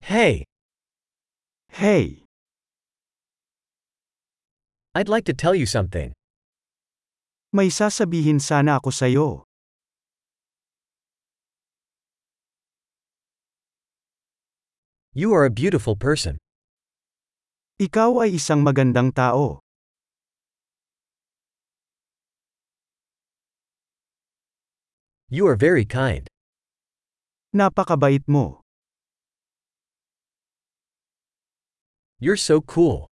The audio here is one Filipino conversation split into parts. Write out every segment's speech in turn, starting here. Hey, Hey, I'd like to tell you something. may sasabihin sana ako sa'yo. You are a beautiful person. Ikaw ay isang magandang tao. You are very kind. Napakabait mo. You're so cool.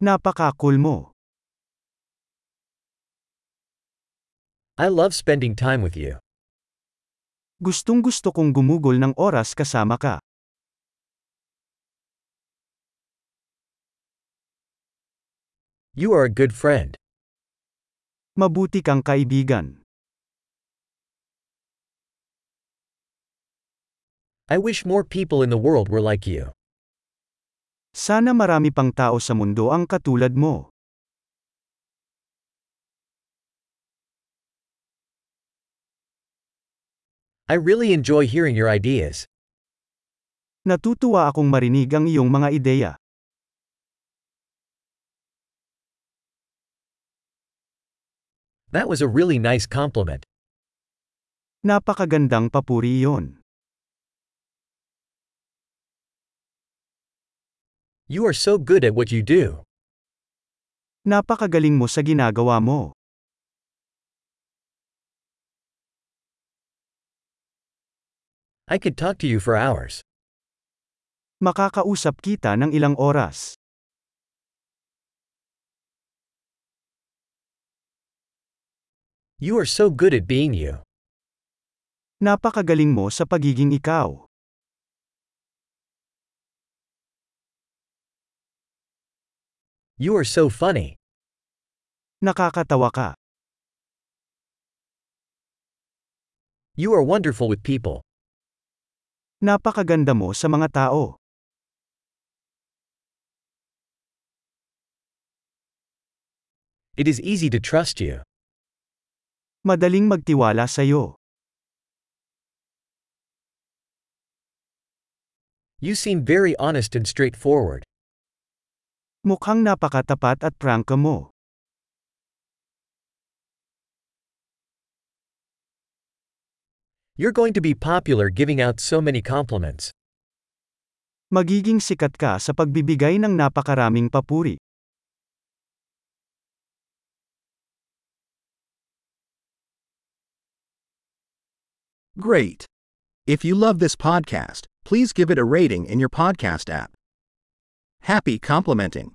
Napaka-cool mo. I love spending time with you. Gustong gusto kong gumugol ng oras kasama ka. You are a good friend. Mabuti kang kaibigan. I wish more people in the world were like you. Sana marami pang tao sa mundo ang katulad mo. I really enjoy hearing your ideas. Natutuwa akong marinig ang iyong mga ideya. That was a really nice compliment. Napakagandang papuri iyon. You are so good at what you do. Napakagaling mo sa ginagawa mo. I could talk to you for hours. Makakausap kita ng ilang oras. You are so good at being you. Napakagaling mo sa pagiging ikaw. You are so funny. Nakakatawa ka. You are wonderful with people. Napakaganda mo sa mga tao. It is easy to trust you. Madaling magtiwala sa'yo. You seem very honest and straightforward. Mukhang napakatapat at prangka mo. You're going to be popular giving out so many compliments. Magiging sikat ka sa pagbibigay ng napakaraming papuri. Great. If you love this podcast, please give it a rating in your podcast app. Happy complimenting.